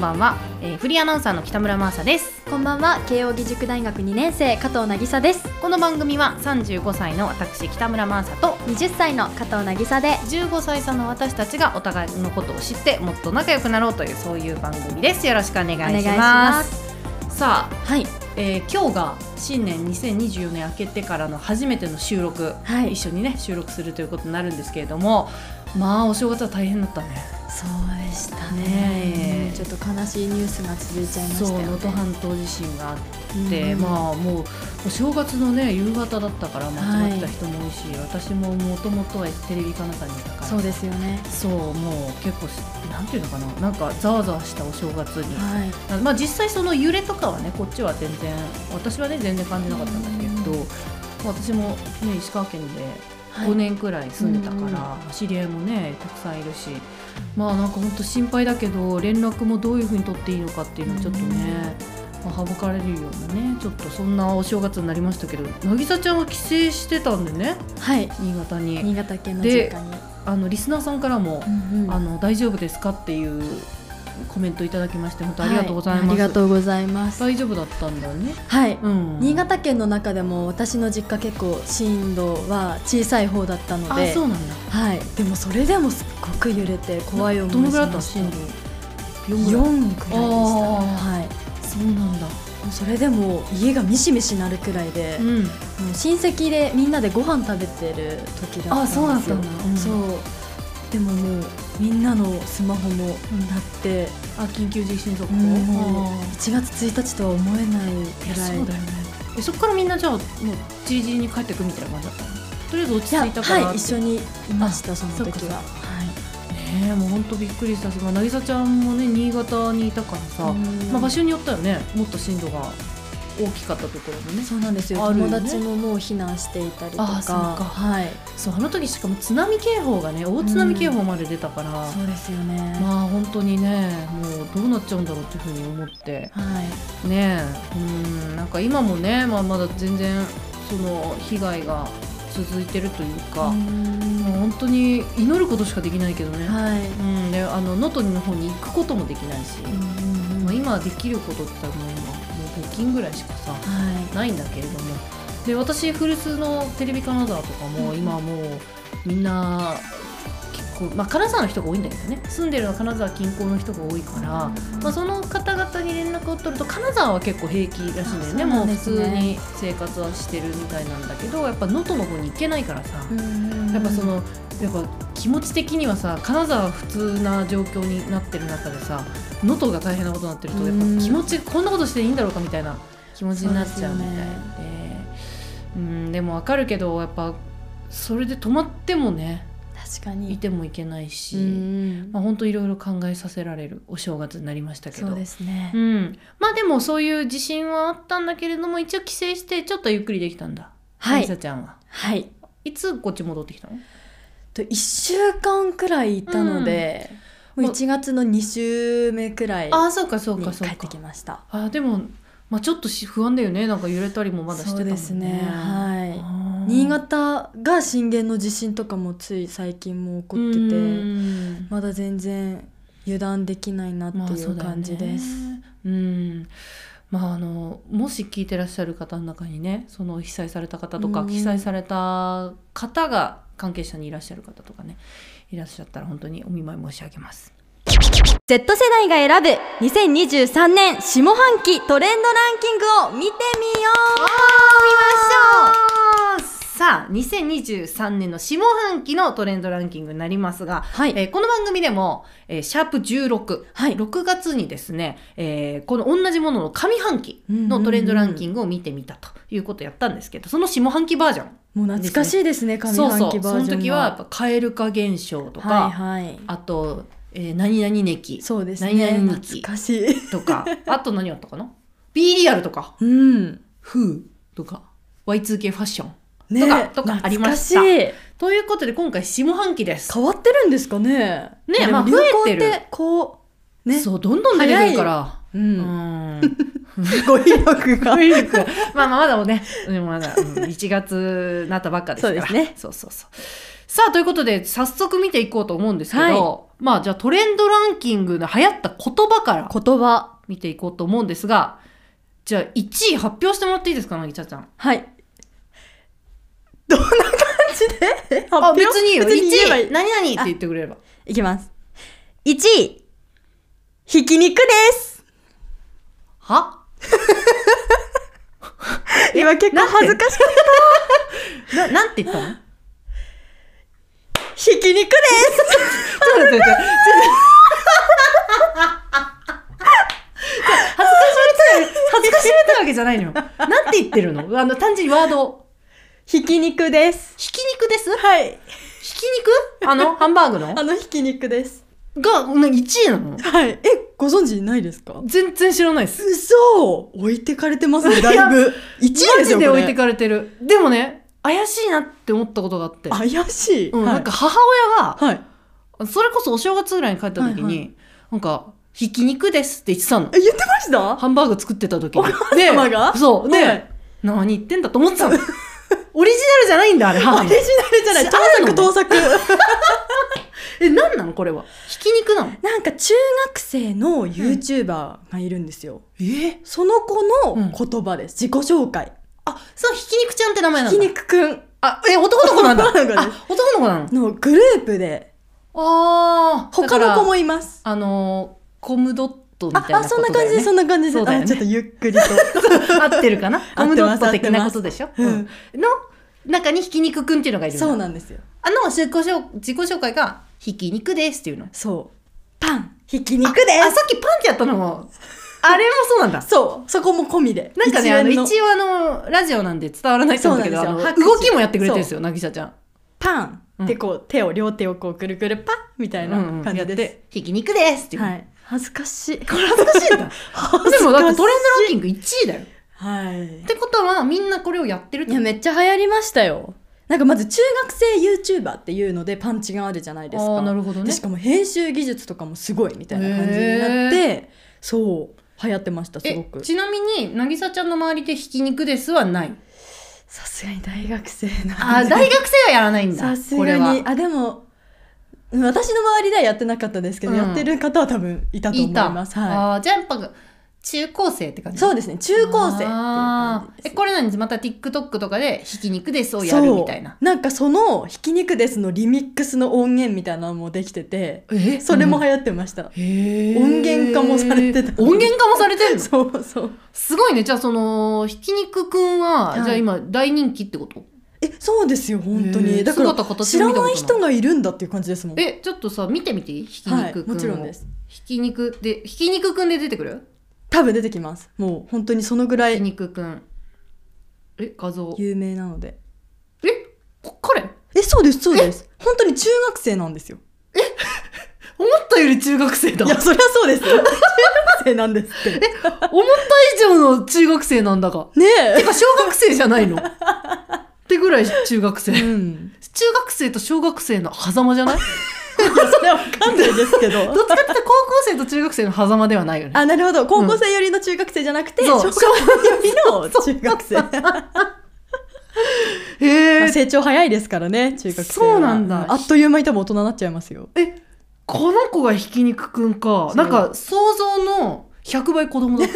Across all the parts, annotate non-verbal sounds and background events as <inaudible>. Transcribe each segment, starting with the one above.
ばんは、えーフリーアナウンサーの北村真麻ですこんばんは慶應義塾大学2年生加藤渚ですこの番組は35歳の私北村真麻と20歳の加藤渚で15歳差の私たちがお互いのことを知ってもっと仲良くなろうというそういう番組ですよろしくお願いしまおす願いしますさあ、はいえー今日が新年2024年明けてからの初めての収録、はい一緒にね収録するということになるんですけれどもまあお正月は大変だったねそうでしたねえうんちょっと悲しいニュースが続いちゃいましたそようね能登半島地震があっうんて、まあもうお正月のね夕方だったからまあはい集まってた人も多いし、私ももともとはテレビかなんかにいたからそうですよねそうもう結構しなんていうのかななんかざわざわしたお正月に、はいあまあ実際その揺れとかはねこっちは全然私はね全然感じなかったんだけど、うんまあ私もね石川県ではい5年くらい住んでたから、知り合いもねたくさんいるしまあなんか本当心配だけど連絡もどういうふうに取っていいのかっていうのはちょっとね、まあ、省かれるようなねちょっとそんなお正月になりましたけど渚ちゃんは帰省してたんでねはい新潟に新潟県ので実家にあのリスナーさんからも、うんうんあの大丈夫ですかっていうコメントいただきまして本当ありがとうございます、はありがとうございます大丈夫だったんだよね、はいうん、新潟県の中でも私の実家結構震度は小さい方だったのあでそうなんだはいでもそれでもすっごく揺れて怖い思いしどのましぐたらいだったの震度4 4ぐぐららいいでしたね、あーはそうなんだい、もうそれでも家がミシミシなるくらいで、もんう親戚でみんなでご飯食べてる時だったんですよあそうだったんだうんそうでももうみんなのスマホも鳴って、あ緊急地震速報、もうあー1月1日とは思えないいやくらいそうだよねえそこからみんなじゃあもうじりじりに帰ってくみたいな感じだったのとりあえず落いちや着いたからはい一緒ねにいましたそのそっかそ時っはかはいえもう本当びっくりしたし、まあ、渚ちゃんもね新潟にいたからさ、うんまあ、場所によってはねもっと震度が大きかったところもねそうなんですよあるよね友達ももう避難していたりとあかそうかはいそうあの時しかも津波警報がね大津波警報まで出たから、そうですよね、まあ本当にねもうどうなっちゃうんだろうっていうふうに思ってはいねえうんなんか今もね、まあ、まだ全然その被害が続いてるというか、うもんう本当に祈ることしかできないけどね、はいうん、であの能登の方に行くこともできないし、うんまあ、今できることって言ったらもう今もう募金ぐらいしかさはいないんだけれどもで私古巣のテレビ金沢とかもうん今はもうみんな結構、まあ、金沢の人が多いんだけどね住んでるのは金沢近郊の人が多いから、まあ、その方々に連絡を取ると金沢は結構平気らしいんだよねあそうもなうん普です通ねに生活はしてるみたいなんだけどやっぱ能登の方に行けないからさ、うんやっぱそのやっぱ気持ち的にはさ金沢は普通な状況になってる中でさ能登が大変なことになってるとやっうんぱ気持ちこんなことしていいんだろうかみたいな気持ちになっちゃうみたいでう,、んでもわかるけどやっぱそれで止まってもね確かにいてもいけないし、うんまあ本当いろいろ考えさせられるお正月になりましたけそどうですねうん、まあでもそういう自信はあったんだけれども一応帰省してちょっとゆっくりできたんだはいりさちゃんははいいつこっち戻ってきたのと1週間くらいいたのでうんもう1月の2週目くらいああそうかそうにかそう帰かってきましたあーでも、まあ、ちょっとし不安だよねなんか揺れたりもまだしてたもそんうねですねはいあー新潟が震源の地震とかもつい最近も起こってうてんまだ全然油断できないなってまあいそううだよね感じです、うんまああのもし聞いてらっしゃる方の中にねその被災された方とか、うん被災された方が関係者にいらっしゃる方とかねいらっしゃったら本当にお見舞い申し上げます Z 世代が選ぶ2023年下半期トレンドランキングを見てみようさあ2023年の下半期のトレンドランキングになりますが、はいえーこの番組でも、えーシャープ16、はい6月にですね、えーこの同じものの上半期のトレンドランキングを見てみたということをやったんですけど、その下半期バージョン。もう懐かしいですね上そう半そ期う。バそーのジョンが時はやっぱ蛙化現象とか、はいはいあと、えー何々ネキそうです何ね々日記懐かしいとか、 <laughs> あと何あったかな ?B リアルとか、うんフーとか、Y2K ファッション。ねとかとかありました懐かしいということで今回下半期です。変わってるんですかねねでもまあ流行増えてるっこうねそう、どんどん出てくるから。ううん <laughs> ん。語彙力が <laughs> まあまあまだもね、うんまだ、うん1月なったばっかですから。そうですねそうそうそう。さあ、ということで、早速見ていこうと思うんですけど、まあじゃあトレンドランキングの流行った言葉から言葉見ていこうと思うんですが、じゃあ1位発表してもらっていいですか、なぎちゃちゃん。はいどんな感じで発あ、表別にいいよ。別に言えばい1い位。何々って言ってくれれば。いきます1位、ひき肉です。は今結構恥ずかしかっ <laughs> な、なんて言ったのちたひき肉ですょっと待って待って。ちょっと恥ずかしめたい恥ずかしめたいわけじゃないのよ。なんて言ってるのあの、単純にワードを。 <laughs> ひき肉ですひき肉ですはいひき肉あの、ハンバーグのあのひき肉ですが、1位なのはいえご存知ないですか全然知らないです。嘘置いてかれてますねだいぶ1位ですよマジでこ置れいてかれてる。でもね、怪しいなって思ったことがあって。怪しい、うん、はい、なんか母親が、はいそれこそお正月ぐらいに帰った時に、はいはなんか、ひき肉ですって言ってたの。え言ってましたハンバーグ作ってた時に。お母様がでそう。で、はい何言ってんだと思ってたの。オリジナルじゃないんだ、あれ、オ母リジ。のナルじゃないあるの盗作盗作え、何なのこれは。ひき肉なの <laughs> なんか中学生の YouTuber がいるんですよ、えその子うんの言葉です、自己紹介あ、そう、ひき肉ちゃんって名前なひんだ。き肉くんあ、え、男の子なんだ。 <laughs> 男の子ですあ、男の子なの。のグループでああ。他の子もいますあのーコムドットみたあいなあことそんだな感よね。じでそんな感じで、そうだよねあちょっとゆっくりと <laughs> 合ってるかなコ合っムてドまッすト的なことでしょ、うんうんの中にひき肉くんっていうのがいるんだそうなんですよあの自己紹自己紹介が「ひき肉です」っていうのそうパンひき肉であさっきパンってやったのもあれもそうなんだすそうそこも込みでなんかねあの連一応あのラジオなんで伝わらないと思うけどそうあなんのですよ拍手動きもやってくれてるんですよなぎさちゃんパンってこう、手を両手をこうぐるぐるパンみたいなうんう感んやじっです、て「ひき肉です」っていう、はい恥ずかしいこれ恥ずかしいんだ恥 <laughs> でもだってトレンドランキング1位だよっはいてことはみんなこれをやってるっいてやことめっちゃ流行りましたよなんかまず中学生 YouTuber っていうのでパンチがあるじゃないですあかーなるほどねでしかも編集技術とかもすごいみたいな感じになってそう流行ってましたすごえくちなみに渚ちゃんの周りで「ひき肉です」はないさすがに大学生なあんで <laughs> 大学生はやらないんさだすこれがにはあでもうん私の周りではやってなかったですけど、うんやってる方は多分いたと思いいたますはあーじゃあやっぱ中高生って感いじそうでですね中高生っていう感じえですこれ何また TikTok とかで「ひき肉です」をやるみたいなそうなんかその「ひき肉です」のリミックスの音源みたいなのもできててえそれも流行ってました、へー音源化もされてた音源化もされてるのそうそうすごいねじゃあそのひき肉くんは、はいじゃあ今大人気ってことえそうですよ本当へにーだから姿形知もら見たことなないい人がいるんだっていう感じですもんえちょっとさ見てみていいひきはい肉くんを、もちろんですひき肉でひき肉くんで出てくる多分出てきますもう本当にそのぐらひきい肉くんえ画像有名なのでえこ彼えそうですそうです本当に中学生なんですよ思ったより中学生だいやそりゃそう <laughs> ですよ中学生なんですって思った以上の中学生なんだが。ねてか小学生じ <laughs> ゃないのってぐらい中学生。え中うん学生と小学生の狭間じゃ <laughs> ないいやそれは分かんないですけどどっちかっていうと高校生と中学生の狭間ではないよね。 <laughs> あなるほど高校生寄りの中学生じゃなくて、うん小そう学生寄りの中学生へまあ <laughs> え。成長早いですからね中学生はそうなんだあっという間に多分大人になっちゃいますよえ、この子がひき肉くんかそ。うなんか想像の100倍子供だった。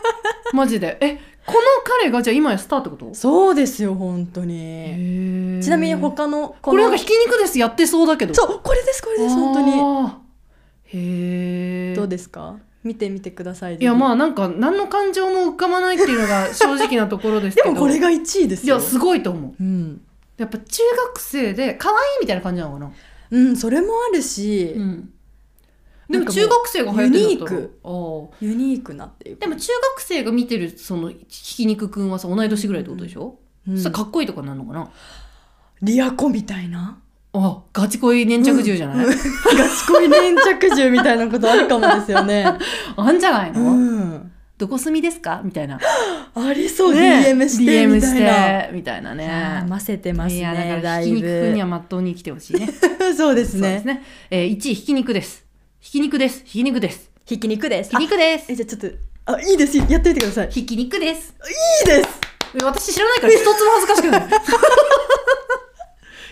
<laughs> マジで。え、この彼がじゃあ今やスターってことそうですよ本当にちちなみに他のこれなんかのひき肉ですやってそうだけど。う。そうこれですこれです本当にに。へえ。どうですか見てみてくださいいやまああなんか何の感情も浮かばないっていうのが正直なところです <laughs> けでどもこれが1位ですいよやすごいと思ううん、やっぱ中学生で可愛いみたいな感じなのかな、うん、それもあるし、うん、なでんかもうも中学生が流行ってるんだったらユニークあーユニークなっていうでも中学生が見てるそのひき肉くんはさ同い年ぐらいってことでしょ、うんそしたらかっこいいとかになるのかなリアコみたいなあガチ恋粘着銃じゃない、うんガチ恋粘着銃みたいなことあるかもですよ <laughs> ねあんじゃないの、うんどこ住みですかみたいな、ありそう、ね DM してみ DM たしいなてみたいなあーねませてますいやねだからだひきい肉くんにぶはまっとうに生きてほしい <laughs> ねそう <laughs> ですそうですねね。えー、1位、ひき肉です。ひき肉です。ひき肉です。ひき肉ですひき肉です。えじゃあちょっとあいいですやってみてくださいいひき肉です。いですえ私知らないから一つも <laughs> 恥ずかしくない。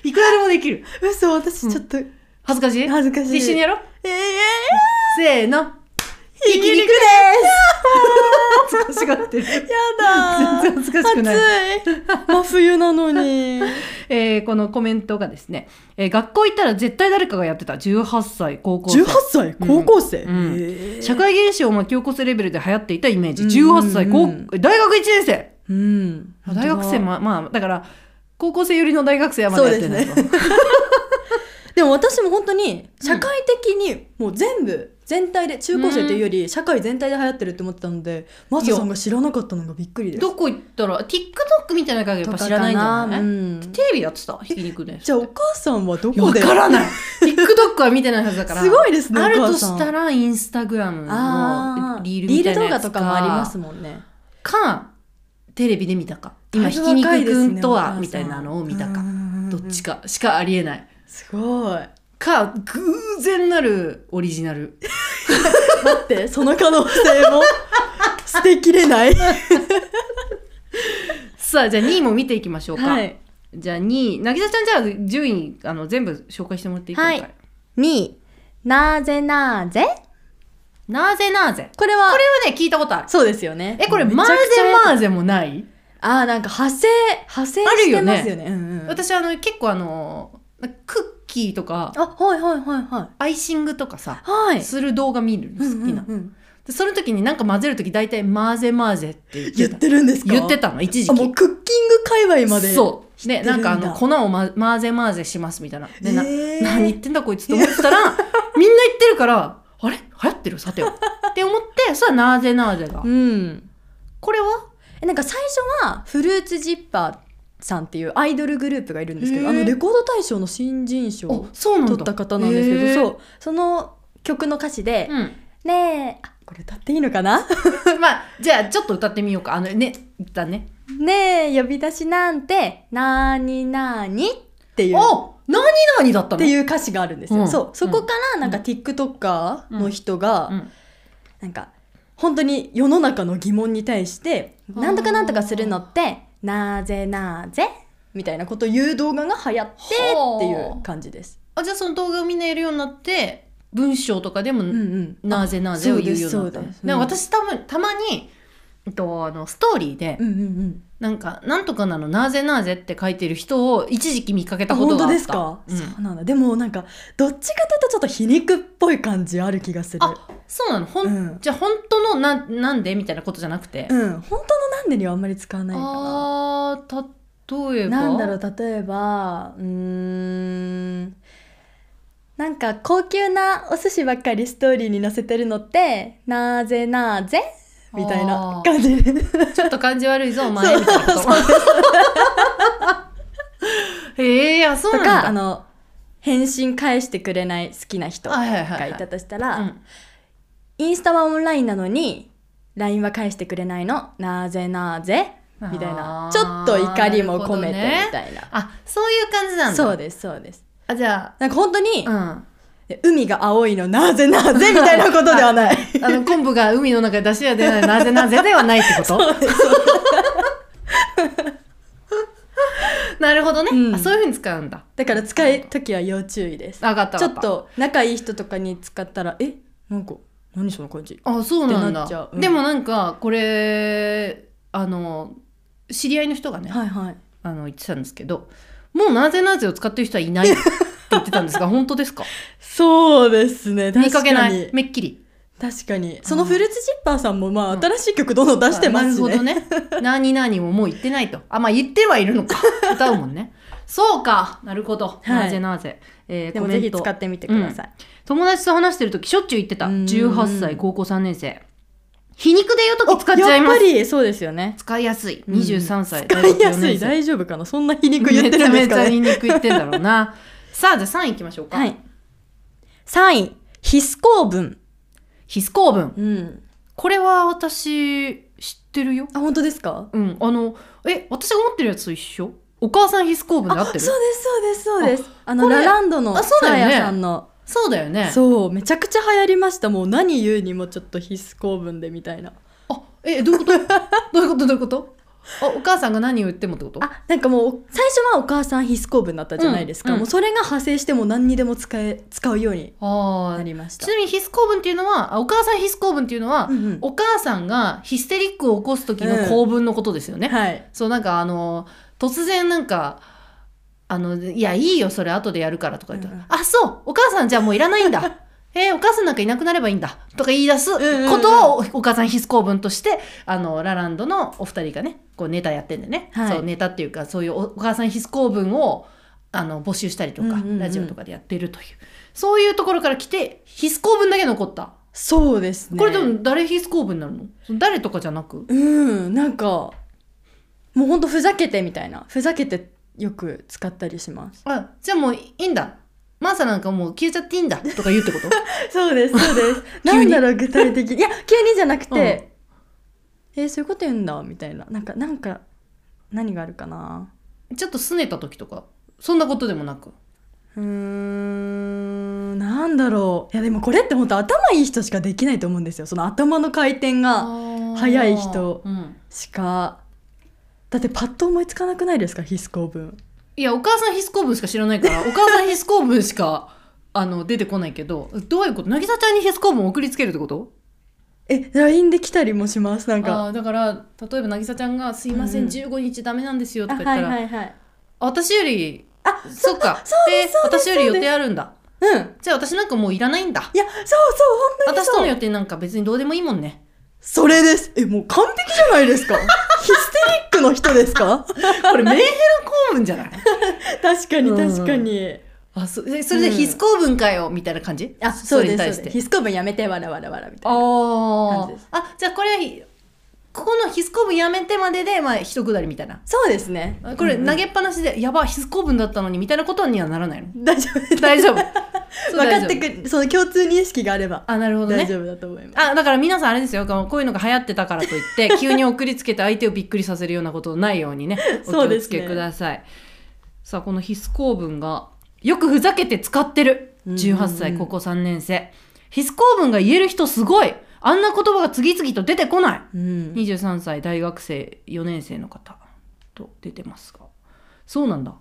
いくらでもできる。嘘私ちょっと恥ずかしい恥ずかしい一緒にやろうええせーのひき肉で恥 <laughs> ずかしがってるすやだ全然恥ずかしくない暑い真冬なのにえーこのコメントがですね、えー学校行ったら絶対誰かがやってた18歳高校生18歳高校生、うんええ社会現象を巻き起こすレベルで流行っていたイメージうん18歳高うん大学1年生うん大学生もまあだから高校生寄りの大学生はまだやってないと <laughs> でも私も本当に社会的にもう全部全体で中高生というより社会全体で流行ってるって思ってたのでマサさんが知らなかったのがびっくりです。どこ行ったら TikTok みたいな感じやっぱ知らないんじゃない、うんテレビやってたひき肉でじゃあお母さんはどいやこわでからない TikTok は見てないはずだからすごいですねあるおと母さんしたらインスタグラムあのーリールみたいなリール動や画つとかかもありますもんね。かテレビで見たか今だいひぶき肉若いでくすねんとお母はさんみたいなのを見たうかんどっちかしかありえないすごい。か偶然なるオリジナル <laughs> だってその可能性も捨てきれ <laughs> ない。さあじゃあ2位も見ていきましょうか、はいじゃあ2位なぎさちゃんじゃあ10位あの全部紹介してもらっていい今回はい2位、なぜなぜなぜなぜこれはこれはね聞いたことあるそうですよね。えこれめちマゃーくちゃゼマーゼもないあーなんか派生派生してますよね。うんうん私あの結構あのクッキーとかあはいはいはいはアイシングとかさいはい。する動画見るの好きな、うんうんうんでその時になんか混ぜる時大体「マーゼマーゼ」って言言ってたってるんですか言ってたの一時期あもうクッキング界隈までそうでてるなんんだかあの粉をま混ぜ混ぜしますみたいなでな、えー何言ってんだこいつと思って <laughs> たらみんな言ってるからあれ流行ってるさてはって思ってそれはなぜなぜがうんこれはえなんか最初はフルーツジッパーさんっていうアイドルグループがいるんですけへーどあのレコード大賞の新人賞おをそうなんだ取った方なんですけどそう、うその曲の歌詞でう「ねえあこれ歌っていいのかなん、まあじゃあちょっと歌ってみようかあのね一旦ねねえ呼び出しなんてなーになーに」っていうお何々だったっのていう歌詞があるんですよ、うんそうそこからなんか TikToker の人が、うんなんか本当に世の中の疑問に対して「あーなんとかなんとかするのってなぜなぜ?」みたいなことを言う動画が流行ってほうっていう感じです。あじゃあその動画をみんなやるようになって文章とかでもうんうん、なぜなぜを言うようになそうでったすそうですでうん私多分たまに、えっと、あのストーリーでうんうんうん、なんか「なんとかなのなぜなぜ」って書いてる人を一時期見かけあたこ本とが当あったですか、うんそうなんだでもなんかどっちかというとちょっと皮肉っぽい感じある気がする。あそうなのほん、うんじゃあ本当のななんでみたいなことじゃなくて、うん、本当の「なんで」にはあんまり使わないかあー例えな。ばなんだろう例えばうーんなんか高級なお寿司ばっかりストーリーに載せてるのってなぜなぜみたいなあー感じでちょっと感じ悪いぞお前みたいなこと <laughs> へえあそうとなんだかあの返信返してくれない好きな人はがいはいはいいたとしたら、うんインスタはオンラインなのに LINE は返してくれないのなぜなぜみたいあなーちょっと怒りも込めてなるほどねみたいなあそういう感じなんだそうでですそうですあじゃなんか本当にあ、う、ん海が青いのなぜなぜみたいなことではないあの昆布が海の中で出汁が出ないなぜなぜではないってこと <laughs> なるほどね、うんあそういうふうに使うんだだから使う時は要注意ですあ分かったちょ分っかたと仲いい人とかに使ったらえなんか何その感じあそうなっんてなっちゃだう、うんでもなんかこれあの知り合いの人がね、はいはいあの言ってたんですけどもうなぜなぜを使ってる人はいないって言ってた <laughs> んですが本当ですかそうですね確見かかけなにいめっきり確かにそのフルーツジッパーさんもまうんあ新しい曲どんどん出してますしあなるほどねね何々ももう言ってないとあまあ言ってはいる <laughs> のか歌うもんねそうかなるほど、いなぜなぜ、えーでもコメぜンひト使ってみてください友達と話してる時しょっちゅう言ってたうん18歳高校3年生皮肉で言うお時使っちゃいまやっすぱりそうですよね使いやすいうん23歳使いやす大い学四年大丈夫かなそんな皮肉生言ってるんですかめちゃめちゃね皮肉言ってんだろうなさあじゃあ3位いきましょうか、はい3位必須公文ヒス構文うんこれは私知ってるよあ本当ですかうんあのえ私が思ってるやつと一緒お母さんヒス構文で合ってるそうですそうですそうですあのこれラランドのあそうだサーよねヤさんのそうだよねそうめちゃくちゃ流行りましたもう何言うにもちょっと必須公文でみたいな <laughs> あえどういうことどういうことどういうことあお母さんが何を言ってもってことあなんかもう最初はお母さん必須公文だったじゃないですか、うんうんもうそれが派生してもう何にでも使え使うようにあなーりましちたなみに必須公文っていうのはあお母さん必須公文っていうのは、うんうんお母さんがヒステリックを起こす時の公文のことですよね、はいそうなんかあの突然なんかあの「いやいいよそれ後でやるから」とか言ったらうんうんあそうお母さんじゃあもういらないん <laughs> だ」えーお母さんなんかいなくなればいいんだ」とか言い出すんうんことをお母さん必須公文としてあのラランドのお二人がねこうネタやってんでね、はいそうネタっていうかそういうおお母さん必須公文をあの募集したりとか、うんうんうんラジオとかでやってるというそういうところから来て必須公文だけ残った。そうですねこれでも誰必須公文になるのその誰とかじゃなくうんなんかもうほんとふざけてみたいなふざけてよく使ったりしますあじゃあもういいんだマーサなんかもう消えちゃっていいんだとか言うってこと <laughs> そうですそうです <laughs> 急なにんだろう具体 <laughs> 的にいや急にじゃなくて、えーそういうこと言うんだみたいななんかなんか何があるかなちょっと拗ねた時とかそんなことでもなくうーんなんだろういやでもこれって本当頭いい人しかできないと思うんですよその頭の回転が早い人うん、しかだってパッと思いつかなくないですか必須公文いやお母さん必須公文しか知らないからお母さん必須公文しか <laughs> あの出てこないけどどういうこと渚ちゃんに必須公文を送りつけるってことえ LINE で来たりもしますなんかあーだから例えば渚ちゃんが「すいません、うん15日ダメなんですよ」とあか言ったら「いはい私よりあそっかで私より予定あるんだうんじゃあ私なんかもういらないんだいやそうそう本当に私そうとの予定なんか別にどうでもいいもんね」それですえもう完璧じゃないですか <laughs> ヒステリックの人ですか <laughs> これメンヘラ公文じゃない確かに確かに、あそえそれで必須公文かよ、みたいな感じあそうですれにそう対でしすて必須公文やめてわらわらわらみたいなあ感じですああじゃあこれはひここの必須公文やめてまででまあ一くだりみたいなそうですねあこれうんうん投げっぱなしで、やば必須公文だったのにみたいなことにはならないの <laughs> 大丈夫大丈夫 <laughs> そう <laughs> 分かっ大丈て夫くるその共通認識があればあなるほど大ね丈夫だと思いますあだから皆さんあれですよこうこういうのが流行ってたからといって <laughs> 急に送りつけて相手をびっくりさせるようなことないようにねお気そうをでつすねけください、さあこの必須公文がよくふざけて使ってるうんうんうん18歳高校3年生、必須公文が言える人すごいあんな言葉が次々と出てこないうん23歳大学生4年生の方と出てますがそうなんだ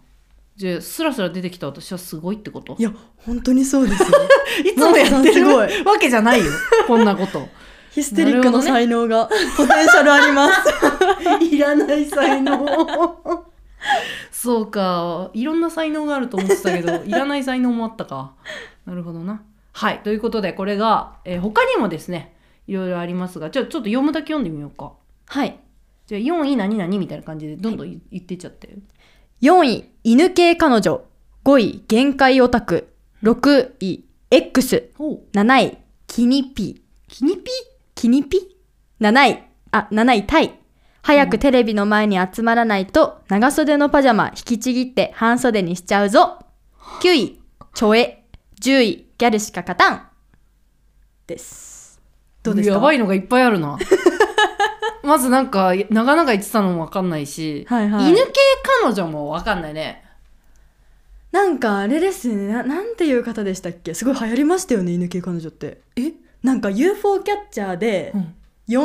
じゃあスラスラ出てきた私はすごいってこといや本当にそうです <laughs> よいつもやってるマわーさんす <laughs> けじゃ <laughs> ないよこんなことヒステリックの才能が、ポテンシャルありますいらない才能。そうか。いろんな才能があると思ってたけ <laughs> ど、いらない才能もあったか。なるほどな。はい。ということで、これが、えー他にもですね、いろいろありますが、じゃあちょっと読むだけ読んでみようか。 <laughs> はいじゃあ4位何々みたいな感じで、どんどんい言ってっちゃって。 4位犬系彼女5位限界オタク6位 X7 おう位キニピキニピキニピ7位あ7位タイ早くテレビの前に集まらないと長袖のパジャマ引きちぎって半袖にしちゃうぞ9位ちょえ10位ギャルしか勝たんですどうですかやばいのがいっぱいあるな。 <laughs> まずなんか、長々言ってたのもわかんないし、はいはい犬系彼女もわかんないね。なんかあれですねななんていう方でしたっけすごい流行りましたよね犬系彼女ってえなんか UFO キャッチャーでうん。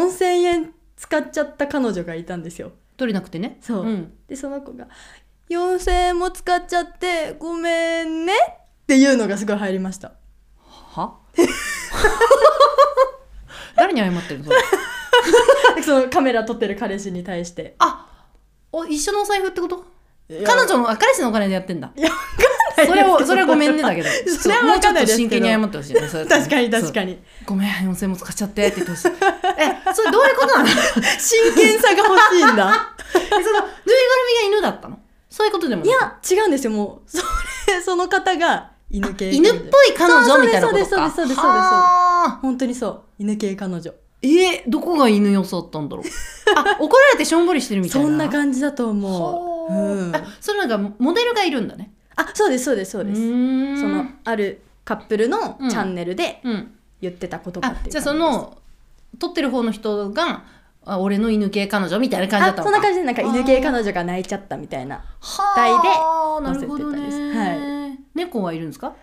4000円使っちゃった彼女がいたんですよ取れなくてね。そううん。でその子が「4000円も使っちゃってごめんね」っていうのがすごい入りました <laughs> は <laughs> 誰に謝ってるのそれでそのカメラ撮ってる彼氏に対してあお一緒のお財布ってこと彼彼女のあ彼氏のお金でやってんだいやわかんそないれですけはどそれはごめんねだけ <laughs> どそれはわかんないですけどもうちょっと真剣に謝ってほしい <laughs> ねそうやって <laughs> ね確かに確そかうにごめん4000も使っちゃってって言ってほしいえそれどういうことなの <laughs> えそのぬい真剣さが欲しいんだぐるみが犬だったのそういうことで <laughs> もいなや違うんですよもうそれその方が犬系犬っぽい彼そう女みたいなことかそうですそうですそうですそうですは本当にそう犬系彼女ーえどこが犬良さだったんだろうあ怒られてしょんぼりしてるみたいなそんな感じだと思ほう、ーうん、あそれなんかモデルがいるんだねあそうですそうですそうですーんそのあるカップルのうんチャンネルでうん、言ってた言葉あっていう感じですじゃあその撮ってる方の人があ俺の犬系彼女みたいな感じだあったそのんかな感じでなんか犬系彼女が泣いちゃったみたいなはあ態でなるほど載せてたね、ですはい、猫はいるんですか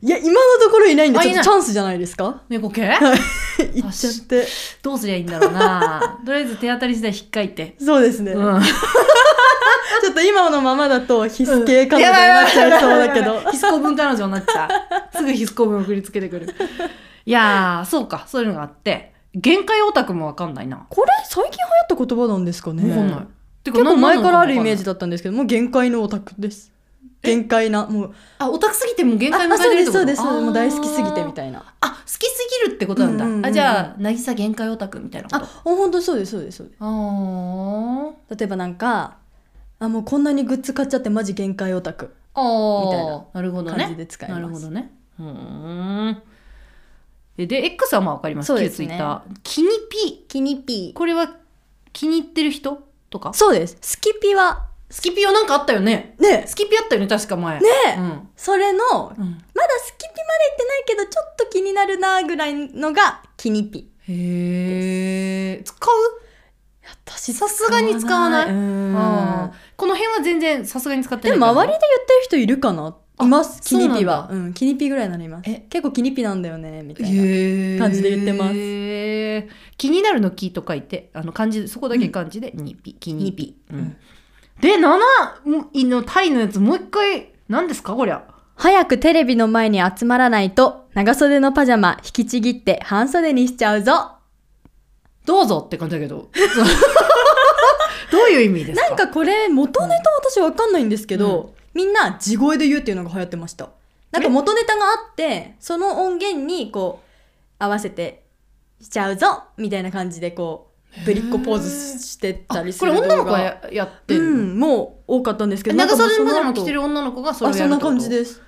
いや、今のところいないんで、あちょっといないチャンスじゃないですか猫系行っちゃって。どうすりゃいいんだろうなとりあえず手当たり次第引っかいて、そうですね。うん、ちょっと今のままだと、ヒス系彼女になっちゃいそうだけど。ヒスコ文彼女になっちゃうすぐヒスコ文送りつけてくるいやーそうかそういうのがあって限界オタクもわかんないなこれ、最近流行った言葉なんですかねわかんないて結か構な前からあるイなんなのメージだったんですけど、もう限界のオタクです。限界な、もう。あオタクすぎてもう限界迎あ、えてそうるでってす、ことそうです、そうですもう大好きすぎてみいたいな。あ好きすぎるってことなんだ、うんうんうんうんあじゃあ渚限界オタクみたいなことあ、本当そうです、そうです、そうであーす。例えばなんか、あ、もうこんなにグッズ買っちゃってマジ限界オタク。あーみたいななるほどね感じで使いますなるほどねうーんえで X はまあわかりますそう旧でツすイねッター気にピキニピこれは気に入ってる人とかそうです。スキピは、スキピはなんかあったよねね、スキピあったよね確か前ね、うんそれのうん、まだスキピまで行ってないけど、ちょっと気になるなぐらいのが、キニピ。へえ使う私さすがに使わないあんー。この辺は全然さすがに使っでてないも周りりで言ってる人いるかなあいます。キそうなんニだピは。うん、キニピぐらいになりますえ。結構キニピなんだよね、みたいな。へー感じで言ってます気になるの木と書いてあの漢字そこだけ漢字でにぴ気にぴ、ううんん、で7のタイのやつもう一回何ですかこりゃ早くテレビの前に集まらないと、長袖のパジャマ引きちぎって半袖にしちゃうぞ。どうぞって感じだけどどういう意味ですかなんかこれ、元ネタ私わかんないんですけど、みんな地声で言うっていうのが流行ってました。なんか元ネタがあって、その音源にこう、合わせてしちゃうぞみたいな感じでこう、ぶりっ子ポーズしてあたりすこるれ動画女の子がややってうるの、ん、もう多かったんですけど長袖のパジャなマんか着もうその後てる女の子がそれをあやそんるなってこと感じです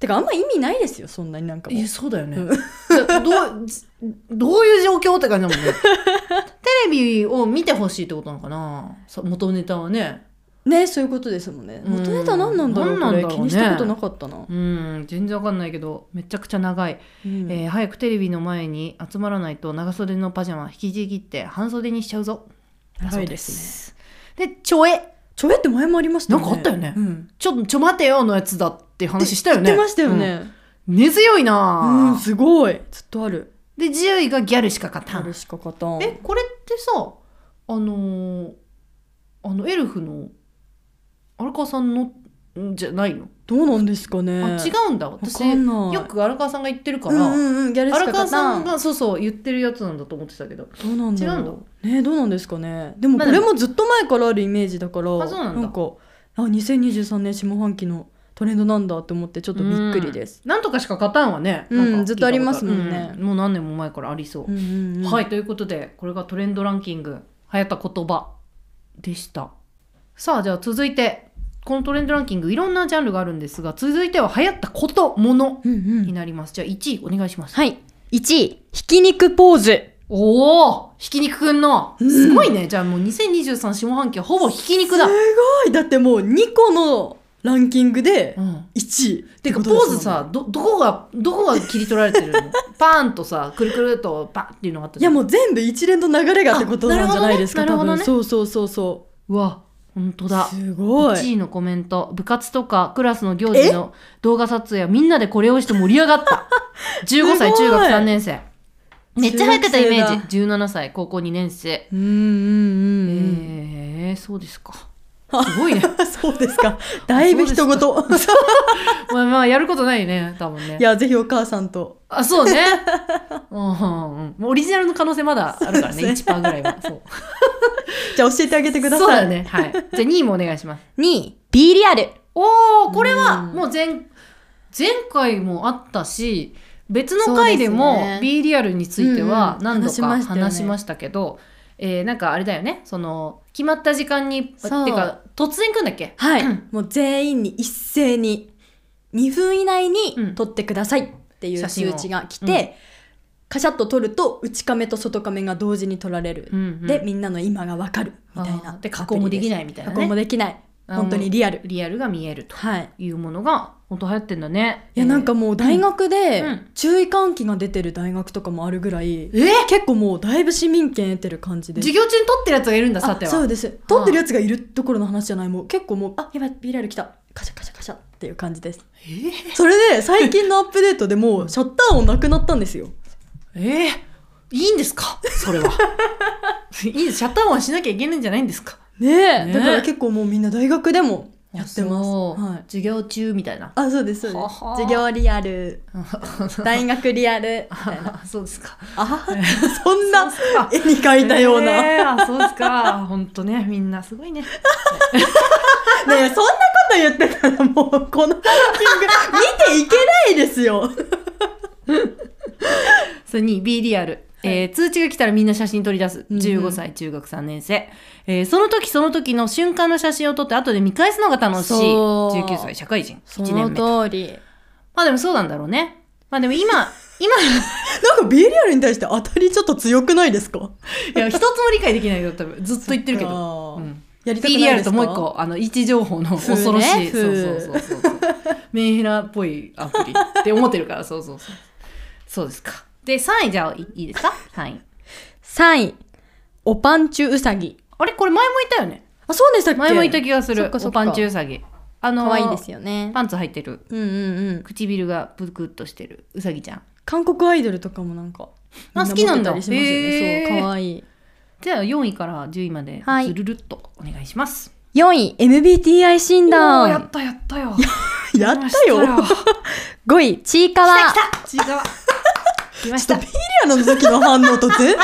てかあんま意味ないですよそんなになんかもいうやそうだよね、うんだどうじどういう状況って感じだもんね <laughs> テレビを見てほしいってことなのかなそ元ネタはねねそういうことですもんねうん元ネタ何なんだろう何なんだろうこれね気にしたことなかったな、うん全然わかんないけどめちゃくちゃ長い、うんえー早くテレビの前に集まらないと長袖のパジャマ引きちぎって半袖にしちゃうぞだ長そういでですねすでちょえちょえって前もありましたよねなんかあったよねうん、ちょちょ待てよのやつだって話したよ言っねてましたよ、ねうん根強いうん、なあ、すごいずっとあるで10位がギャルしか勝たあんるしか勝たんえこれってさあのーあのエルフの荒川さんのんじゃないの、どうなんですかねあ違うんだ私わかんないよく荒川さんが言ってるかうら、んうんうんギャルしか荒川勝さたんんがそうそう言ってるやつなんだと思ってたけどどうなんだろう違うんだねどうなんですかねでもまこあでれももずっと前からあるイメージだからあそうなんだかあ2023年下半期のトレンドなんだって思ってちょっとびっくりです、なんとかしか勝たんはね、うんなんかず聞いたことっとありますもんねうもう何年も前からありそうう、んうんうんはいということでこれがトレンドランキング流行った言葉でしたさあじゃあ続いてこのトレンドランキングいろんなジャンルがあるんですが続いては流行ったことものうんうにんなります。じゃあ1位お願いします。はい1位ひき肉ポーズおおひき肉くんのすごいね。じゃあもう2023下半期はほぼひき肉だ。すごいだってもう2個のランキングでうん。 1位てかポことですもんーねズさ、ど、どこが、どこが切り取られてる <laughs> のパーンとさ、くるくるっとパンっていうのがあったいじゃやんもう全部一連の流れがってことなんじゃないですか、あなる多ほど分ねそうそうそうそうわ、ほんとうだ。すご1い位のコメント。部活とかクラスの行事の動画撮影はみんなでこれをして盛り上が <laughs> った。15歳、すごい中学3年生。めっちゃ流行ってたイメ中ー学ジ。17歳、高校2年生。うんうんうん、うんえー、そうですか。すごいね。 <laughs> そうですか。だいぶ人ごと。まあまあやることないね多分ね <laughs> いや、ぜひお母さんと。あそうねうんうんうんもうオリジナルの可能性まだあるからね <laughs> そうで1%ぐらいはそうじゃあ教えてあげてください。そうだ。ね <laughs> はいじゃあ2位もお願いします2位、B リアル。おおこれはうんもう前前回もあったし別の回でもそうですね B リアルについてうはんうん何度話しかましたよね話しましたけど、えーなんかあれだよねその決まった時間にてそうか突然来んだっけはいうん。もう全員に一斉に、2分以内うにん撮ってくださいっていう写真通を知が来て、カシャッと撮ると、内カメと外カメが同時に撮られる。うんうんで、みんなの今がわかる。みたいあな。ーで加工もできい。ないみたいな加工もねできない。あ本当にリアル。リアルが見えるとはい。いうものが本当流行ってんだねいや、なんかもう大学でうん注意喚起が出てる大学とかもあるぐらい、え結構もうだいぶ市民権得てる感じで。授業中に撮ってるやつがいるんださてはそうです撮ってるやつがいるところの話じゃないもう結構もうあやばいビラル来たカシャカシャカシャっていう感じですえーそれで最近のアップデートでもうシャッター音なくなったんですよえー、いいんですかそれは <laughs> いいんですシャッター音はしなきゃいけないんじゃないんですかねえねえだから結構もうみんな大学でもやってあますそうはい授業中みたいなあそうですそうではすは授業リア <laughs> ル大学リアルみたいなあ <laughs> そうですかあはそ <laughs> んな絵に描いたよう <laughs> な、えーあそうですか本当ねみんなすご <laughs> いねねえそんなこと言ってたらもうこのランキング見ていけないですよ <laughs> それに B リアル、えー通知が来たらみんな写真撮り出すうんうん15歳、中学3年生、えーその時その時の瞬間の写真を撮って後で見返すのが楽しいそう19歳社会人そ1の年目ま通りあでもそうなんだろうねまあでも <laughs> 今今なんか B リアルに対して当たりちょっと強くないですかいや一つも理解できないけど多分ずっと言ってるけど、どうん、やりたくないですか B リアルともう一個あの位置情報の恐ろしい、風ねそうそうそうそうメンヘラっぽいアプリって思ってるからそうそうそうそうですかで3位じゃあいいいですか3位3位おパンチュウサギあれこれ前も言ったよねあそうでしたっけ前もいた気がするそっかそっおかパンチウサギあの可愛いですよねパンツ履いてるうんうんうん唇がぷくっとしてるウサギちゃん韓国アイドルとかもなんかあ好きなんだみ持ってたりしますよねへーそう可愛いじゃあ4位から10位まではいずるるっとお願いします、 4位 MBTI 診おーや断ったやったよやったよ来ま <laughs> し5位ちいかわたよ来たちいかわ来ましちょたっとビリアの時の反応と全然違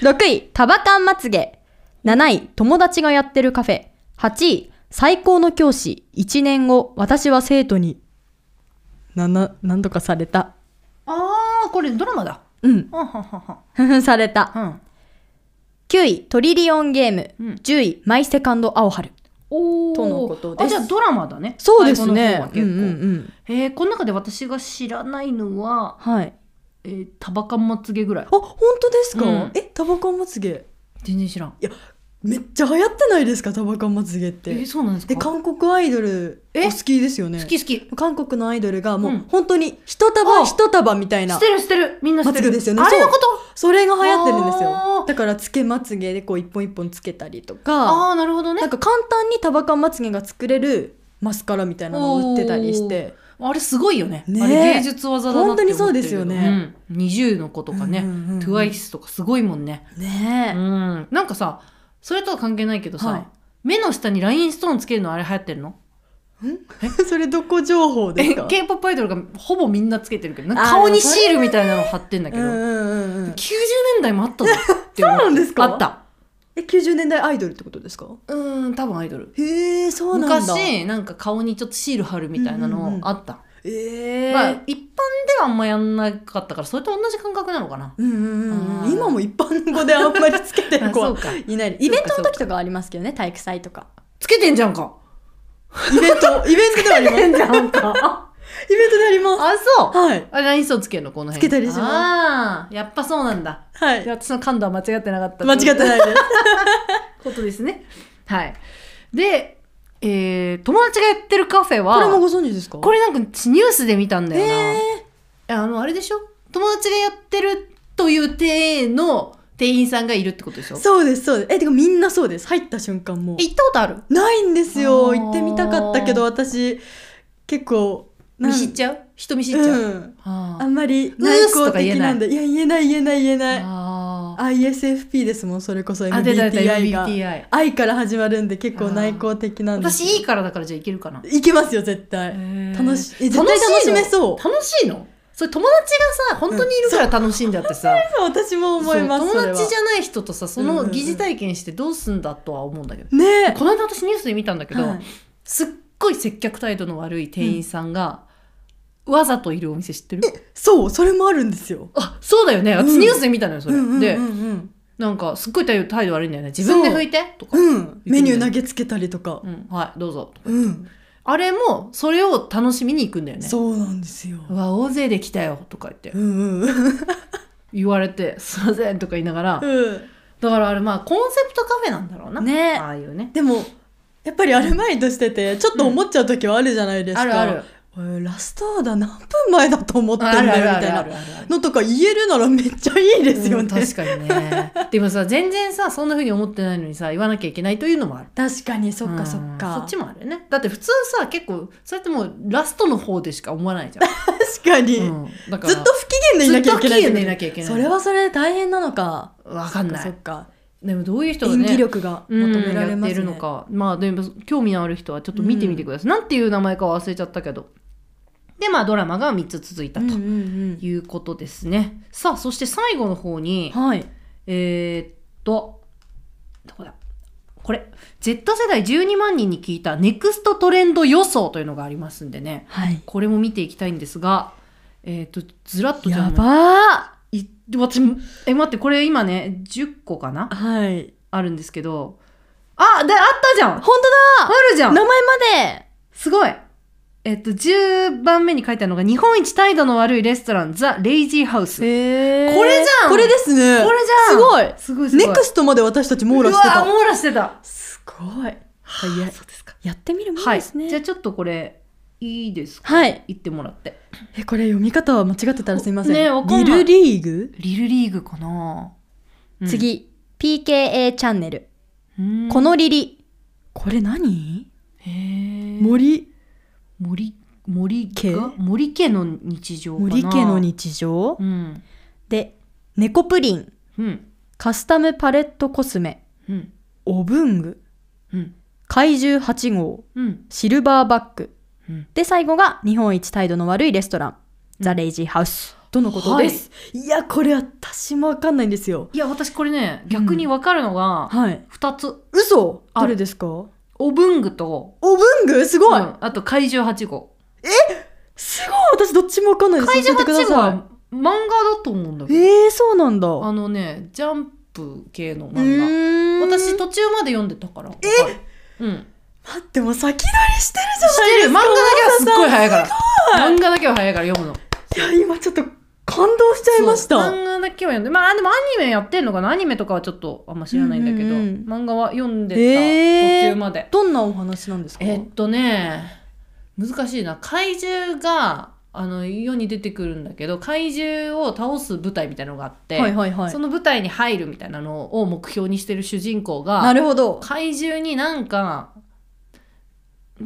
6位、タバカンまつげ。 7位、友達がやってるカフェ。8位、最高の教師。1年後、私は生徒に。な、な、何度かされた。あーこれドラマだうん。はんはんはんはふふん <laughs> された。んうん9位、トリリオンゲーム。うん10位、マイセカンドアオハル。おーとのことですあじゃあドラマだねそうですね最後の方は。うん結う構んうん。えー、この中で私が知らないのは、はい。えー、タバカンまつげぐらいあ、本当ですか、うんえ、タバカンまつげ。全然知らんめっちゃ流行ってないですかタバカンまつげっえて。ー、そうなんですかで、韓国アイドル、おえ好きですよね。好き好き韓国のアイドルがもううん本当に一束あ一束みたいなしてるしてるみんなしてまつげるですよねあれのそうことそれが流行ってるんですよあーだからつけまつげでこう一本一本つけたりとあかあなるほどねなんか簡単にタバカンまつげが作れるマスカラみたいなのを売ってたりしてあれすごいよねねえあれ芸術技だなって思ってるけど本当にそうですよね、うん、20の子とかね、うんうんうん TWICE とかすごいもんね、うねえ、ん、なんかさそれとは関係ないけどさ、はい目の下にラインストーンつけるのあれ流行ってるの <laughs> それどこ情報ですか k p o p アイドルがほぼみんなつけてるけどなんあかー顔でにもそれシールみたいなの貼ってんだけうんど、うんうんうん90年代もあった <laughs> のって思っそうなんですかあったえ90年代アイドルってことですかうん多分アイドルへえそうなんだ昔なんか顔にちょっとシール貼るみたいなうんうんうのんあった、えーまあ、一般ではあんまやんなかったからそれと同じ感覚なのかなうんうんうんあうんー今も一般語であんまりつけてる子あはそうかいないイベントの時とかはありますけどね体育祭とかつけてんじゃんかイベントイベントではあり <laughs> ますイベンじゃん <laughs> かトでありますあそうはいあれラインストーンつけるのこの辺つけたりしますああやっぱそうなんだはいで私の感度は間違ってなかった間違ってないです。 <laughs> ことですねはいで、えー、友達がやってるカフェはこれもご存知ですかこれなんかニュースで見たんだよな、ええあのあれでしょ友達がやってるという体の店員さんがいるってことでしょー、そうです、そうです。え、てかみんなそうです。入った瞬間もうえ。行ったことあるないんですよ。あー行ってみたかったけど、私、結構、なん見知っちゃう人見知っちゃう、うん。ああんまりうー内すと向か言え的なないんで。いや、言えない、言えない、言えない。あ ISFP ですもん、それこそあ出た出た MBTI が。 MBTI 愛から始まるんで結構内向的なんです私よ。いいからだからじゃあいけるかな行けますよ、絶対。楽しい。え絶対楽しめそう。楽しいの楽しいのそれ友達がさ本当にいるから楽しいんだってさ、そう私も思います、そうそれ友は。達じゃない人とさそうんうんのうん疑似体験してどうすんだとは思うんだけど、ねこの間私ニュースで見たんだけど、はいすっごい接客態度の悪い店員さんが、わざといるお店知ってるそう、それもあるんですよ。あそうだよねう私んニュースで見たのよそれ、うんうんうんうんでなんかすっごい態度態度悪いんだよね自分で拭いてとか、うん、メニュー投げつけたりとか。うんはいどうぞうん、あれもそれを楽しみに行くんだよねそうなんですよ。うわ大勢で来たよとか言ってうんうん。言われて「すいません」とか言いながらうんだからあれまあコンセプトカフェなんだろうなねああいうねでも、やっぱりアルバイトしてて、ちょっと思っちゃう時はあるじゃないですか。あるあるえーラストオーダー何分前だと思ってんだあよみるあるあたいるあなるあるのとか言えるならめっちゃいいですようんね。確かにねでもさ全然さそんな風に思ってないのにさ言わなきゃいけないというのもある確かに、そっうかんそっか。そっちもあるよねだって普通さ結構そうやってもうラストの方でしか思わないじゃん、確かに、 <laughs> うん、だからずっと不機嫌でいなきゃいけないずっと不機嫌でいなきゃいけないそれはそれで大変なのか。わかんなそっいかでもどういうそ人っか。が演ね技力が求められうんますね。やってるのかまあでも興味のある人はちょっと見てみてください、なんていう名前かは忘れちゃったけどでまあドラマが3つ続いたうんうとんいうことですね、さあそして最後の方にうん。はい。えーっとどこだこれ Z 世代12万人に聞いたネクストトレンド予想というのがありますんでねはい。これも見ていきたいんですがえーっとずらっとじゃやあばい私え待ってこれ今ね10個かなーはい。あるんですけどあであったじゃん本あるじゃ当だん名前まですごいえっと、10番目に書いてあるのが、日本一態度の悪いレストラン、ザ・レイジーハウス。これえこれじゃんこれですね。じゃんすごいすごいすごいネクストまで私たち網羅してうわた。網羅してたすごい。はいや、そうですか。やってみるもんはい。ですね。じゃあちょっとこれ、いいですかはい。言ってもらって。え、これ読み方は間違ってたらすみません。ねわかんないリルリーグ、リルリーグかな、うん、次、PKA チャンネル。うんこのリリ。これ何へー森、森、森家が森家の日常かな森家の日常うん。で、猫プリン、うん。カスタムパレットコスメ、うん。オブング、うん。怪獣8号、うん。シルバーバッグ。うんで、最後が日本一態度の悪いレストラン、ザ・レイジーハウス。とのことです。い、や、これ私もわかんないんですよ。いや、私これね、逆に分かるのが、はい。 2つ。嘘あどれですかオオブングと、ブングすごい、うんあと怪獣8号。すごい私どっちもわかんないです。怪獣教えて8く号ださいは漫画だと思うんだけど。えー、そうなんだ。あのね、ジャンプ系のう漫ーん画。私途中まで読んでたから。えうん。待って、もう先取りしてるじゃしてる漫画だけはすっごい早いから。漫画だけは早いから読むの。ないいや、今ちょっと感動しちゃいました。そう漫画だけは読んで。まあでもアニメやってんのかなアニメとかはちょっとあんま知らないんだけど、うんうん漫画は読んでた、へー途中まで。どんなお話なんですか、えっとね難しいな怪獣があの世に出てくるんだけど怪獣を倒す舞台みたいなのがあって、はいはいはいそ。の舞台に入るみたいなのを目標にしてる主人公ながるほど。怪獣になんか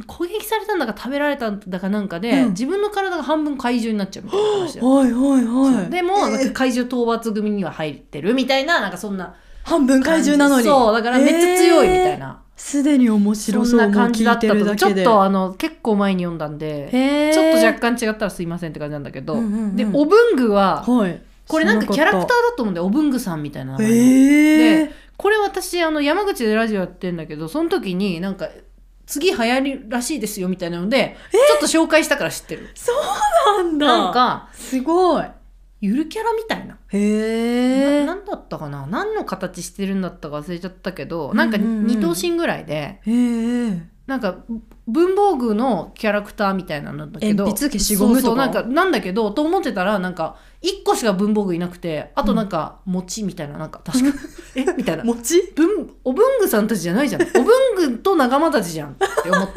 攻撃されたんだか食べられたんだかなんかで、うん自分の体が半分怪獣になっちゃうみたいな話だよはいはいはそうい。でも、えなんか怪獣討伐組には入ってるみたいななんかそんな半分怪獣なのに。そうだからめっちゃ強いみたえいー。な、すでに面白そう。そんな感じだったもう聞いてるとだちょけっでとあの結構前に読んだんで、へーちょっと若干違ったらすいませんって感じなんだけど、うんうんうんでオブングははい。これなんかキャラクター知らなかだと思うんだよオブングさんみたいなった名前のえでこれ私あの山口でラジオやってんだけどその時になんか次流行りらしいですよみたいなので、ちょっと紹介したから知ってるー。なんだ。なんかすごい。ゆるキャラみたいなへなえ。なんだったかな何の形してるんだったか忘れちゃったけどなんかうんうんうん二等身ぐらいでへえ。なんか文房具のキャラクターみたいなのだけど鉛筆消しゴムとかそうそうなんかなんだけどと思ってたらなんか1個しか文房具いなくてあとなんか餅みたいななんか確かえみたいな餅文お文具さんたちじゃないじゃんお <laughs> 文具と仲間たちじゃんって思って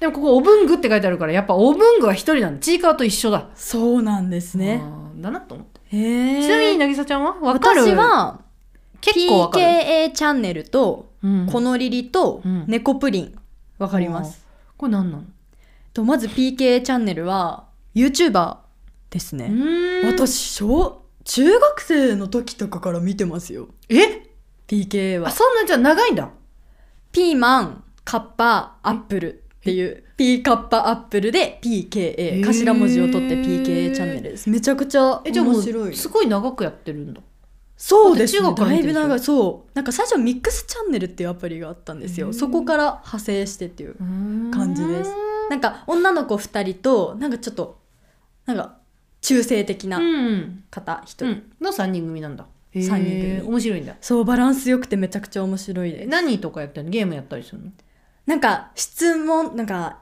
でもここ「お文具」って書いてあるからやっぱお文具は一人なんだちいかわと一緒だそうなんですね。あーだなと思って、へえ。ちなみに渚ちゃんは分かる私は、結構わかる PKA チャンネルと、うんこのリリとうん、猫プリン。わかります。これ何なのと、まず PKA チャンネルは、YouTuber ですね。私私小中学生の時とかから見てますよえ PK あはそんなんじゃ長いんだピーマンカッパアップルっていう P カッパアップルで PKA ー頭文字を取って PKA チャンネルですめちゃくちゃえじゃあも面う白いすごい長くやってるんだそうですだっねて中学からだ見いてるぶでしょ長いそうなんか最初ミックスチャンネルっていうアプリがあったんですへよーそこから派生してっていう感じですなんか女の子2人となんかちょっとなんか中性的う、なん方1人、うん、の三人組なんだへー三人組面白いんだそうバランスよくてめちゃくちゃ面白いですえ何とかやってるのゲームやったりするのなんか質問なんか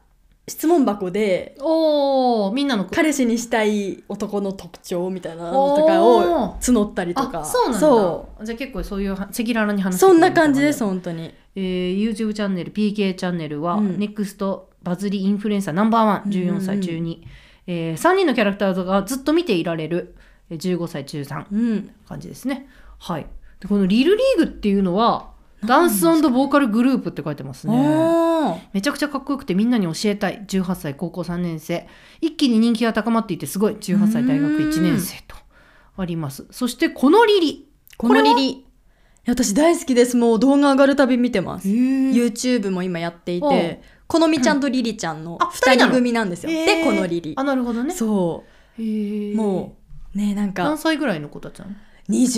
質問箱でおーみんなの彼氏にしたい男の特徴みたいなのとかをお募ったりとかあそうなんだそじゃあ結構そういうは赤裸々にう話してそくれるんな感じです、本当にえー、YouTube チャンネル PK チャンネルは、うん NEXT バズりインフルエンサーナンバーワン14歳中2、えー3人のキャラクターがずっと見ていられるえー15歳中3うん。感じですねはいでこのリルリーグっていうのはダンスボーカルグループって書いてますねおー。めちゃくちゃかっこよくてみんなに教えたい18歳高校3年生一気に人気が高まっていてすごい18歳大学1年生とありますそしてこのリリこのこれリはリいや私大好きですもう動画上がるたび見てます、ゆ YouTube も今やっていおてこのみちゃんとリリちゃんのあ2二人な人の組なんですよ、でこのリリあなるほどねそへうーもうねなん何か歳ぐらいの子たちなの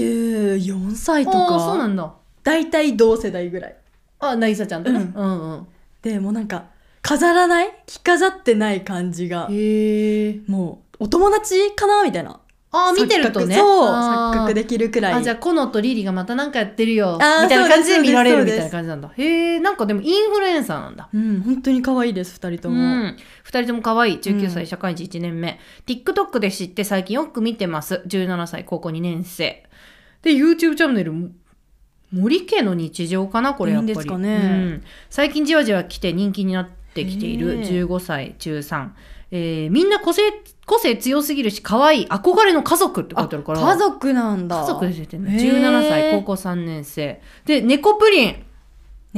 24歳とあーそうなかんだ大体同世代ぐらいあ渚ちゃんとね、うんうんうんでもうなんか飾らない着飾ってない感じがへえもうお友達かなみたいなあー見てるとね錯覚そうあ錯ー覚できるくらいあじゃあコノとリリがまたなんかやってるよみあーたいな感じでそうです見られそるうみですたいな感じなんだへえなんかでもインフルエンサーなんだうん本当に可愛いです2人とうも、ん、2人とも可愛い19うん歳社会人1年目、TikTok で知って最近よく見てます17歳高校2年生で YouTube チャンネルも森家の日常かなこれやっぱいりいんですかねうん最近じわじわ来て人気になってきているへえ15歳中3、えーみんな個性個性強すぎるし可愛い憧れの家族って書いてあるから家族なんだ家族で出てるのへえ17歳高校3年生で猫プリン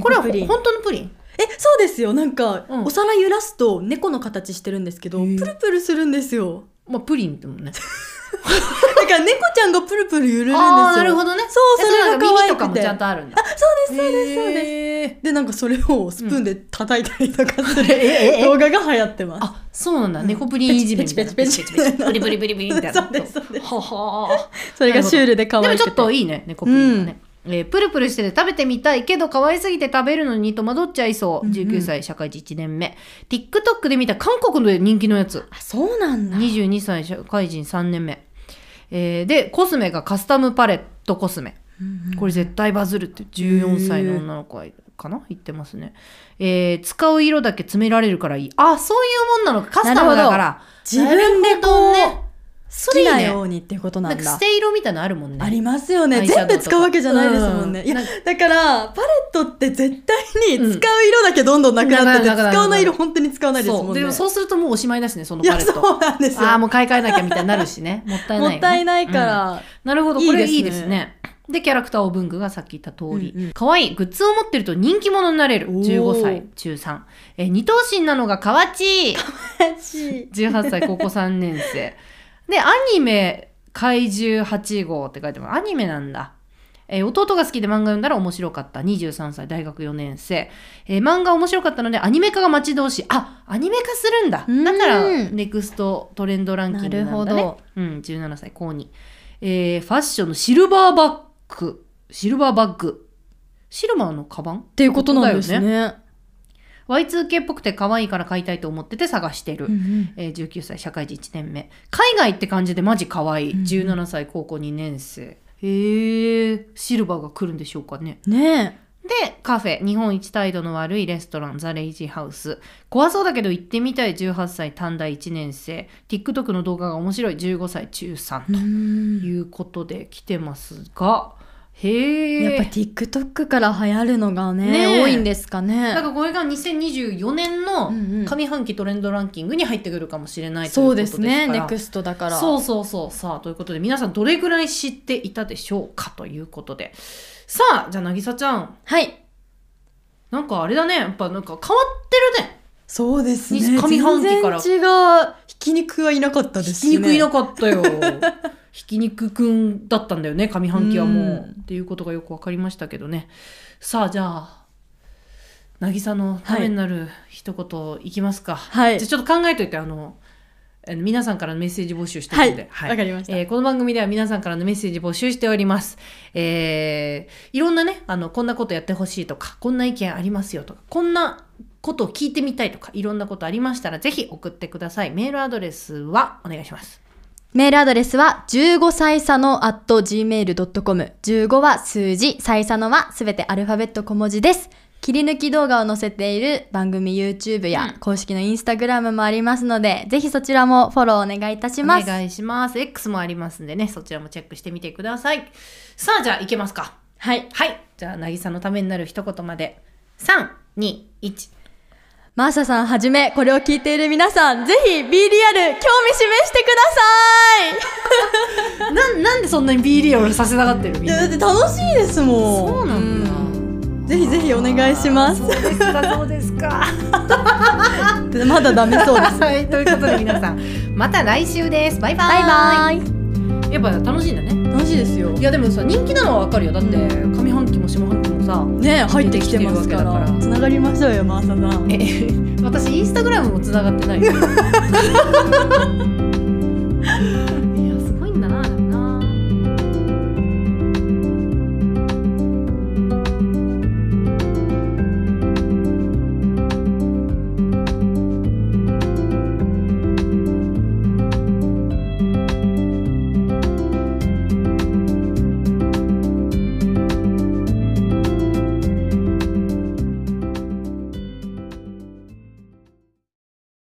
これは猫プリン本当のプリンえそうですよなんか、うんお皿揺らすと猫の形してるんですけどへプールプルするんですよまあプリンってもねだから猫ちゃんがプルプル揺れるんですよああなるほどねそうそれがなんか可耳愛とかくもてちゃんとあるんだ。そうですそうですそうです、です。でなんかそれをスプーンで叩いたりとかする、ええ動画が流行ってますあ、そうなんだ。うん猫プリンいじめみたいな。ペチペチペチペチブリブリブリブリみたいな。そうですそうですははそれがシュールで可で愛もくてちょっといいね、猫プリンはね。えープルプルしてて食べてみたいけど可愛すぎて食べるのに戸惑っちゃいそううんうん19歳社会人1年目、TikTok で見た韓国の人気のやつあそうなんだ22歳社会人3年目、えーでコスメがカスタムパレットコスメこれ絶対バズるって14歳の女の子かな言ってますね、えー使う色だけ詰められるからいいあそういうもんなのかカスタムだから自分でこう、なるほどね好きなようにっていうことななんんかだ捨て色みたいなのあるもんねありますよアねイシ全ャドウと部か使うわけじゃないですもんね、うんいやなんかだからパレットって絶対にう使んう色だけどんどんなくなってて、なくなるなくなる使わない色本当に使わないですもんそうねでそうするともうおしまいだしねそのいパやレットそうなんですよああもう買い替えなきゃみたいになるし <laughs> ねもったいないもよねったいないかうんら、なるほどいいこれですねいいですねでキャラクターを文具がさっき言った通うんうりん可愛、いグッズを持ってると人気者になれるおー15歳中3えー二等身なのが河内し18歳高校3年生でアニメ「怪獣8号」って書いてますアニメなんだ、えー弟が好きで漫画読んだら面白かった23歳大学4年生、えー漫画面白かったのでアニメ化が待ち遠しいあアニメ化するんだうんだからネクストトレンドランキングなんだなるねほうん、17歳高2、えーファッションのシルバーバッグシルバーバッグシルバーのカバンっていうことなんですねこ Y2K っぽくて可愛いから買いたいと思ってて探してる、えー19歳社会人1年目海外って感じでマジ可愛いうんうん17歳高校2年生、へえシルバーが来るんでしょうかねねでカフェ日本一態度の悪いレストランザ・レイジーハウス怖そうだけど行ってみたい18歳短大1年生 TikTok の動画が面白い15歳中3ということで来てますがへえやっぱ TikTok から流行るのがねねえ多いんですかねなんかこれが2024年のうんうん上半期トレンドランキングに入ってくるかもしれないというそこうとでですすからねネクストだからそうそうそうさあということで皆さんどれぐらい知っていたでしょうかということでさあじゃあ渚ちゃんはいなんかあれだねやっぱなんか変わってるねそうですね上半期から全然違うひき肉はいなかったですひねき肉いなかったよ <laughs> ひき肉くんだったんだよね上半期はもううんっていうことがよく分かりましたけどねさあじゃあ渚のためになる一言いきますか、はいじゃあちょっと考えといてあのあの皆さんからのメッセージ募集してはるいんで、わかりましたえーこの番組では皆さんからのメッセージ募集しております。えーいろんなね、あの、こんなことやってほしいとか、こんな意見ありますよとか、こんなことを聞いてみたいとか、いろんなことありましたら、ぜひ送ってください。メールアドレスはお願いします。メールアドレスは15歳差の at gmail.com。15は数字、歳差のはすべてアルファベット小文字です。切り抜き動画を載せている番組 YouTube や公式の Instagram もありますので、ぜひそちらもフォローお願いいたしおます。願いします。X もありますんでね、そちらもチェックしてみてください。さあ、じゃあ、いけますか。はい。はい。じゃあ、渚のためになる一言まで。3、2、1。マーサさんはじめ、これを聞いている皆さん、ぜひ B リアル興味示してくださなんなんでそんなに B リアルさせたがってるみんいなだって楽しいですもん。そうなんだ、うんぜひぜひお願いしますあーそうですかそうですかだ。まだダメそうです。 <laughs> はいということで皆さんまた来週ですバイバイ <laughs> バイバイ。やっぱ楽しいんだね楽しいですよい。やでもさ人気なのはわかるよだってう上半期も下半期もさね入ってきてますか出てきてるわらけだからつながりましょうよマーサさん <laughs> え私インスタグラムもつながってないよ